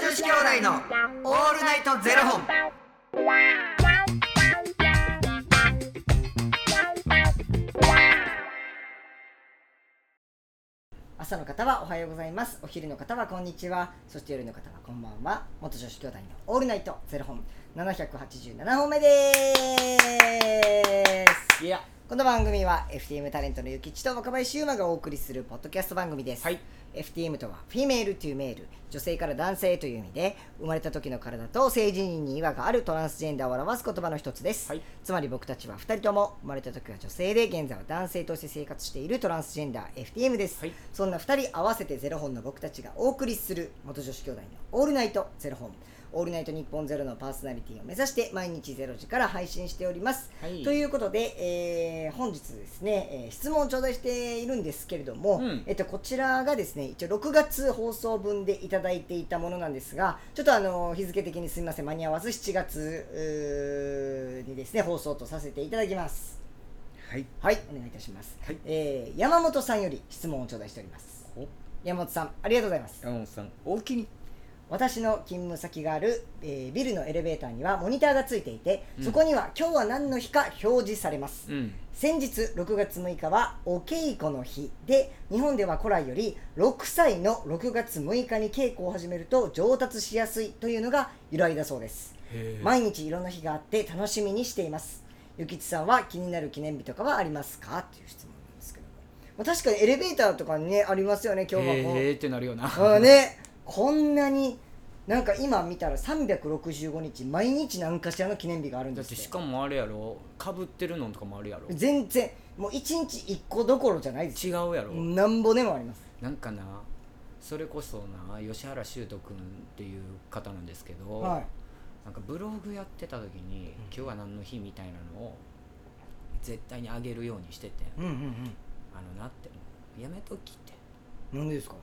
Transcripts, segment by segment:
子兄弟のオールナイトゼロ本。朝の方はおはようございますお昼の方はこんにちはそして夜の方はこんばんは元女子兄弟のオールナイトゼロ本787本目ですいやこの番組は FTM タレントのゆきちと若林優馬がお送りするポッドキャスト番組です、はい FTM とはフィメールというメール女性から男性という意味で生まれた時の体と性自認に違和があるトランスジェンダーを表す言葉の一つです、はいつまり僕たちは2人とも生まれた時は女性で現在は男性として生活しているトランスジェンダー FTM です、はいそんな2人合わせてゼロ本の僕たちがお送りする元女子兄弟の「オールナイトゼロ本」「オールナイト日本ゼロのパーソナリティを目指して毎日ゼロ時から配信しております、はいということで、えー本日ですね、えー質問を頂戴しているんですけれども、うんえっと、こちらがですね一応6月放送分でいただいていたものなんですがちょっとあの日付的にすみません間に合わず7月うーにですね放送とさせていただきますはいはいお願いいたします、はいえー山本さんより質問を頂戴しておりますお山本さんありがとうございます山本さんおおきに私の勤務先がある、えービルのエレベーターにはモニターがついていてそこには今日は何の日か表示されます、うん先日6月6日はお稽古の日で日本では古来より6歳の6月6日に稽古を始めると上達しやすいというのが由来だそうですへ毎日いろんな日があって楽しみにしていますゆきちさんは気になる記念日とかはありますかっていう質問なんですけども、まあ、確かにエレベーターとかにねありますよね今日はこうえってなるよなあーねこんなになんか今見たら365日毎日何かしらの記念日があるん だでっすてよしかもあれやろかぶってるのとかもあるやろ全然もう一日一個どころじゃないです違うやろなんぼでもありますなんかなそれこそな吉原修斗君っていう方なんですけど、はいなんかブログやってた時に、今日は何の日みたいなのを絶対にあげるようにしてて、うんうんあのなってやめときってうんなんでですか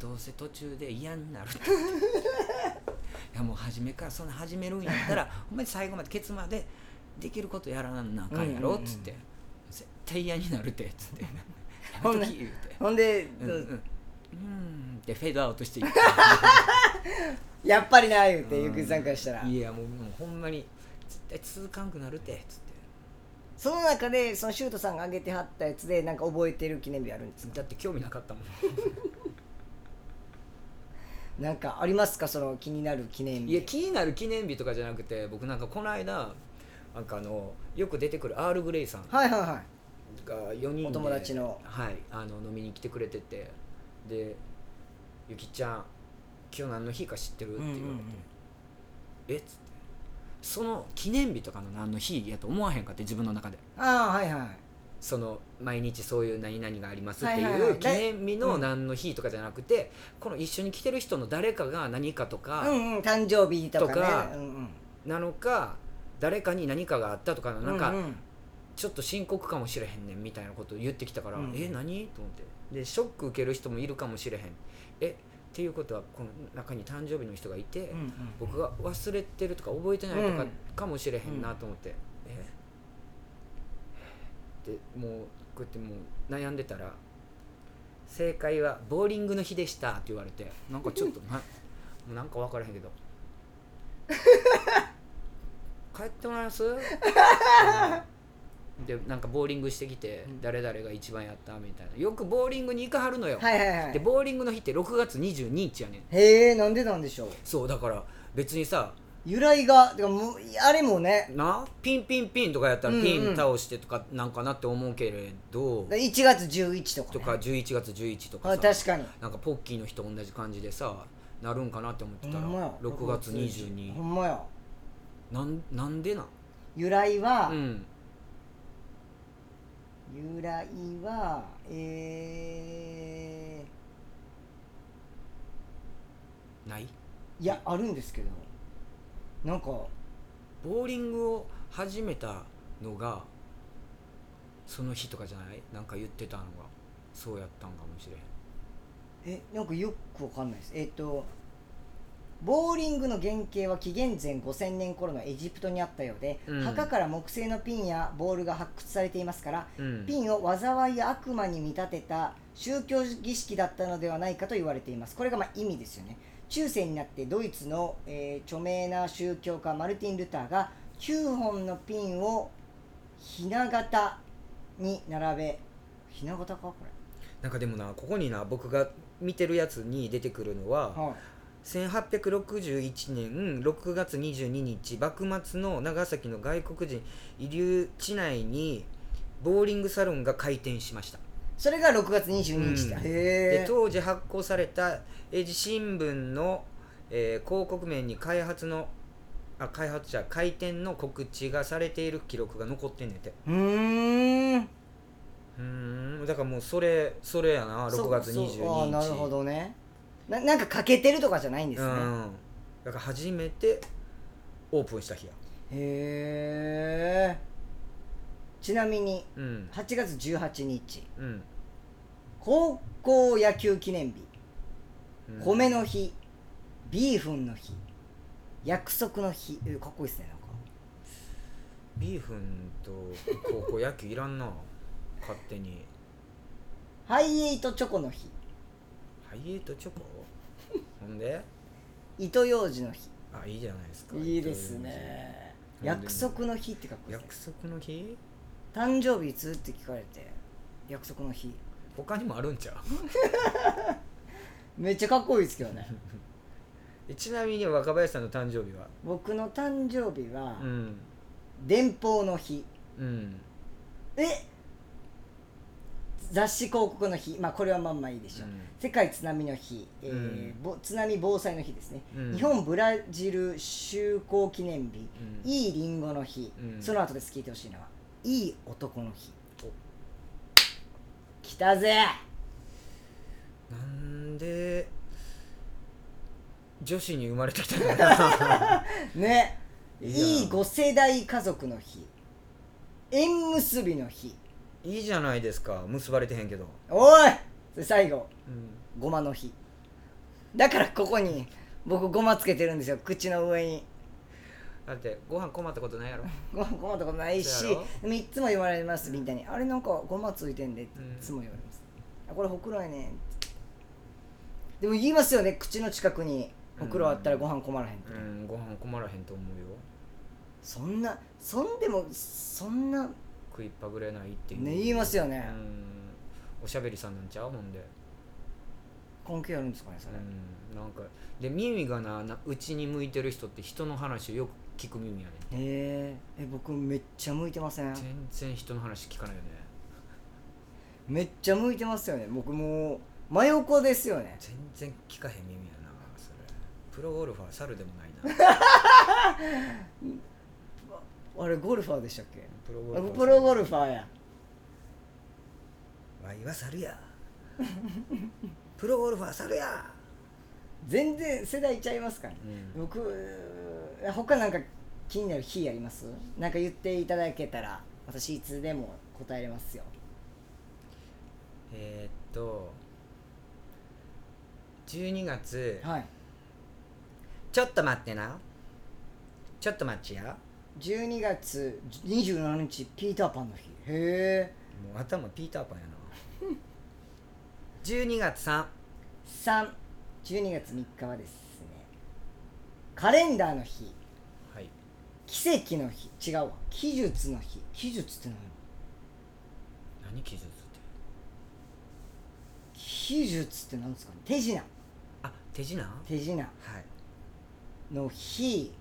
どうせ途中で嫌になるって いやもう初めからそんな始めるんやった らお前最後までケツまでできることやらなんなあかんやろっつって、うんうん絶対嫌になるってっつってやほんめな とき言うてほんで、うんうんうんってフェードアウト していっやっぱりな言うててゆくさんからしたら、いやもうもうほんまに絶対続かんくなるってつっその中でそのシュートさんが上げてはったやつでなんか覚えてる記念日あるんですかてだって興味なかったもんなんかありますかその気になる記念日 いや気になる記念日とかじゃなくて僕なんかこの間なんかあのよく出てくるアール・グレイさんはいはいはいが4人でお友達のはい、あの飲みに来てくれててで「ゆきちゃん今日何の日か知ってる?」って言われて「えっ?」つってその記念日とかの何の日やと思わへんかって自分の中でああはいはいその毎日そういう何々がありますってはいいはいはうい記念日うのん何の日とかじゃなくてこの一緒に来てる人の誰かが何かとうかんうん誕生日とかねとかうんうん、なのか誰かに何かがあったとかのなんかううんちょっと深刻かもしれへんねんみたいなことを言ってきたから、うんえ何と思ってでショック受ける人もいるかもしれへんえっていうことはこの中に誕生日の人がいて、うんうん僕が忘れてるとか覚えてないとうかんかもしれへんなと思って、えでもうこうやってもう悩んでたら「正解はボーリングの日でした」って言われてなんかちょっと なもうなんか分からへんけど「帰ってもらい ます?うん」でなんかボーリングしてきてうん誰々が一番やったみたいなよくボーリングに行かはるのよ、はいはいはでいボーリングの日って6月22日やねんへえなんでなんでしょうそうだから別にさ由来がてかもうあれもねなピンピンピンとかやったうらんうんピン倒してとかなんかなって思うけれど、 1月11とか,、とね、か11月11とかあさ確かになんかポッキーの日と同じ感じでさなるんかなって思ってたほんまやら6月ほ22んまやなんなんでなん由来は、うん由来はえないー、いやあるんですけどなんかボーリングを始めたのがその日とかじゃないなんか言ってたのがそうやったんかもしれへえなんかよくわかんないですえっ、とボーリングの原型は紀元前5000年頃のエジプトにあったようで、うん墓から木製のピンやボールが発掘されていますからん、うん、ピンを災いや悪魔に見立てた宗教儀式だったのではないかと言われていますこれがまあ意味ですよね中世になってドイツの、えー著名な宗教家マルティン・ルターが9本のピンをひな形に並べひな形かこなんかでもなここにな僕が見てるやつに出てくるのは、れ、はい、 1861年6月22日幕末の長崎の外国人遺留地内にボーリングサロンが開店しましたそれが6月22日だ、うんへでえ当時発行された英字新聞の、えー広告面に開発のあ開発者開店の告知がされている記録が残ってんねんてうーんうーんだからもうそれそれやな6月そ22う日そうあーなるほどねななんか欠けてるとかじゃないんですうね、んだから初めてオープンした日やへえちなみにうん8月18日うん高校野球記念日うん米の日ビーフンの日約束の日えかっこいいですねなんかビーフンと高校野球いらんな勝手にハイエイトチョコの日ハイエイトチョコほんで糸ようじの日あいいじゃないですかいいですね糸よう約じ束の日ってかっこいいですね約束の日誕生日いつって聞かれて約束の日他にもあるんちゃうめっちゃかっこいいですけどねえちなみに若林さんの誕生日は 僕の誕生日は、うん電報の日うんえ雑誌広告の日まあこれはまんまいいでしょう、うん世界津波の日、えーうんぼ津波防災の日ですね、うん日本ブラジル就航記念日、うんいいりんごの日、うんその後です聞いてほしいのはいい男の日来たぜなんで女子に生まれてきたんだろ うねいいやんいい5世代家族の日縁結びの日いいじゃないですか結ばれてへんけど、おいそれ最後うん、ごまの日だからここに僕ごまつけてるんですよ口の上にだってご飯困ったことない やろごまごまとかないしそうやろ3つも言われますみんなに「あれなんかごまついてんで」っていうんつも言われます「あこれほくろやねん」でも言いますよね口の近くにほくろあったらご飯困らへんって、うんご飯困らへんと思うよそんなそんでもそんな食いっぱぐれないっていうね言いますようね、んおしゃべりさんなんちゃうもんで、根拠あるんですかねそれ、うん、なんかで耳がななうちに向いてる人って人の話をよく聞く耳やねえー、え僕めっちゃ向いてませんん全然人の話聞かないよねめっちゃ向いてますよね僕もう真横ですよね全然聞かへん耳やなそれプロゴルファー猿でもない なあれゴルファーでしたっけプロあプロゴルァファーやーわいは猿や プロゴルファー猿や、全然世代ちゃいますからねうん、僕他なんか気になる日ありますなんか言っていただけたら私いつでも答えれますよえー、っと12月はいちょっと待ってなちょっと待ちや12月27日ピーターパンの日へえもう頭ピーターパンやな 12月3 312月3日はですねカレンダーの日はい奇跡の日違うわ奇術の日奇術って何何記述って奇術って何ですかね手品あ手品は手品いの日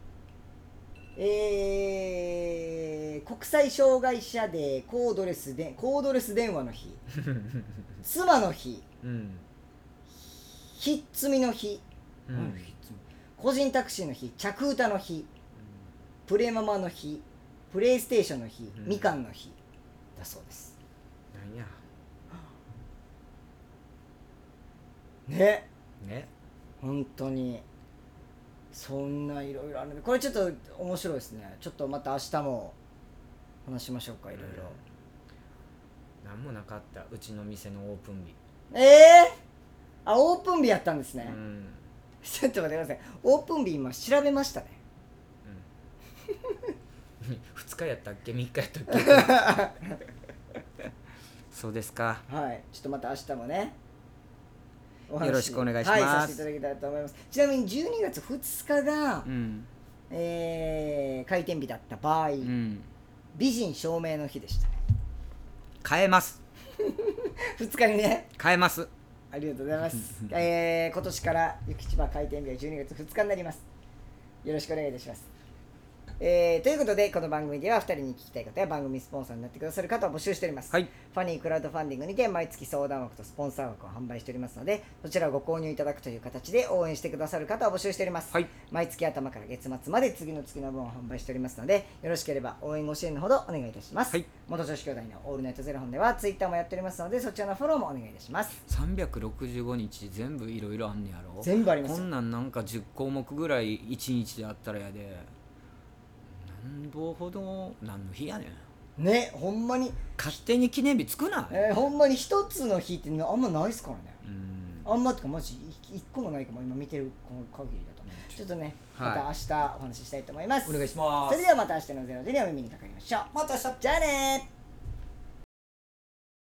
えー、国際障害者デーコードレスでコードレス電話の 日妻の日うんひっつみの日、うん何ひっつみ個人タクシーの日着歌の日プレママの日プレイステーションの日、うんみかんの日だそうです何やねね本当にそんないろいろあるんでこれちょっと面白いですねちょっとまた明日も話しましょうかいろいろ、何もなかったうちの店のオープン日ええあオープン日やったんですね、うん、うん、 ちょっと待ってくださいオープン日今調べましたね2日やったっけ3日やったっけ そうですかはいちょっとまた明日もねお話よろしくお願いしますはい、させていただけたらと思いますちなみに12月2日が、うんえー開店日だった場合、うん美人証明の日でした変えます2日にね変えますありがとうございます、えー今年からゆきちば開店日は12月2日になりますよろしくお願いいたしますえーということでこの番組では2人に聞きたい方や番組スポンサーになってくださる方を募集しております、はいファニークラウドファンディングにて毎月相談枠とスポンサー枠を販売しておりますのでそちらをご購入いただくという形で応援してくださる方を募集しております、はい毎月頭から月末まで次の月の分を販売しておりますのでよろしければ応援ご支援のほどお願いいたします、はい元女子兄弟のオールナイトゼロ本ではツイッターもやっておりますのでそちらのフォローもお願いいたします365日全部いろいろあんねやろ全部ありますよこんなんなんか10項目ぐらい1日であったらやでなんぼほど何の日やねんねほんまに、勝手に記念日作ない、えーほんまに一つの日ってなあんまないですからねうんあんまってかマジい一個もないかも今見てるこの限りだとちょっとねまはいた明日お話ししたいと思います、お願いしまそれすではまた明日の『ゼロ時にお耳にかかりましょうまた明日じゃあねー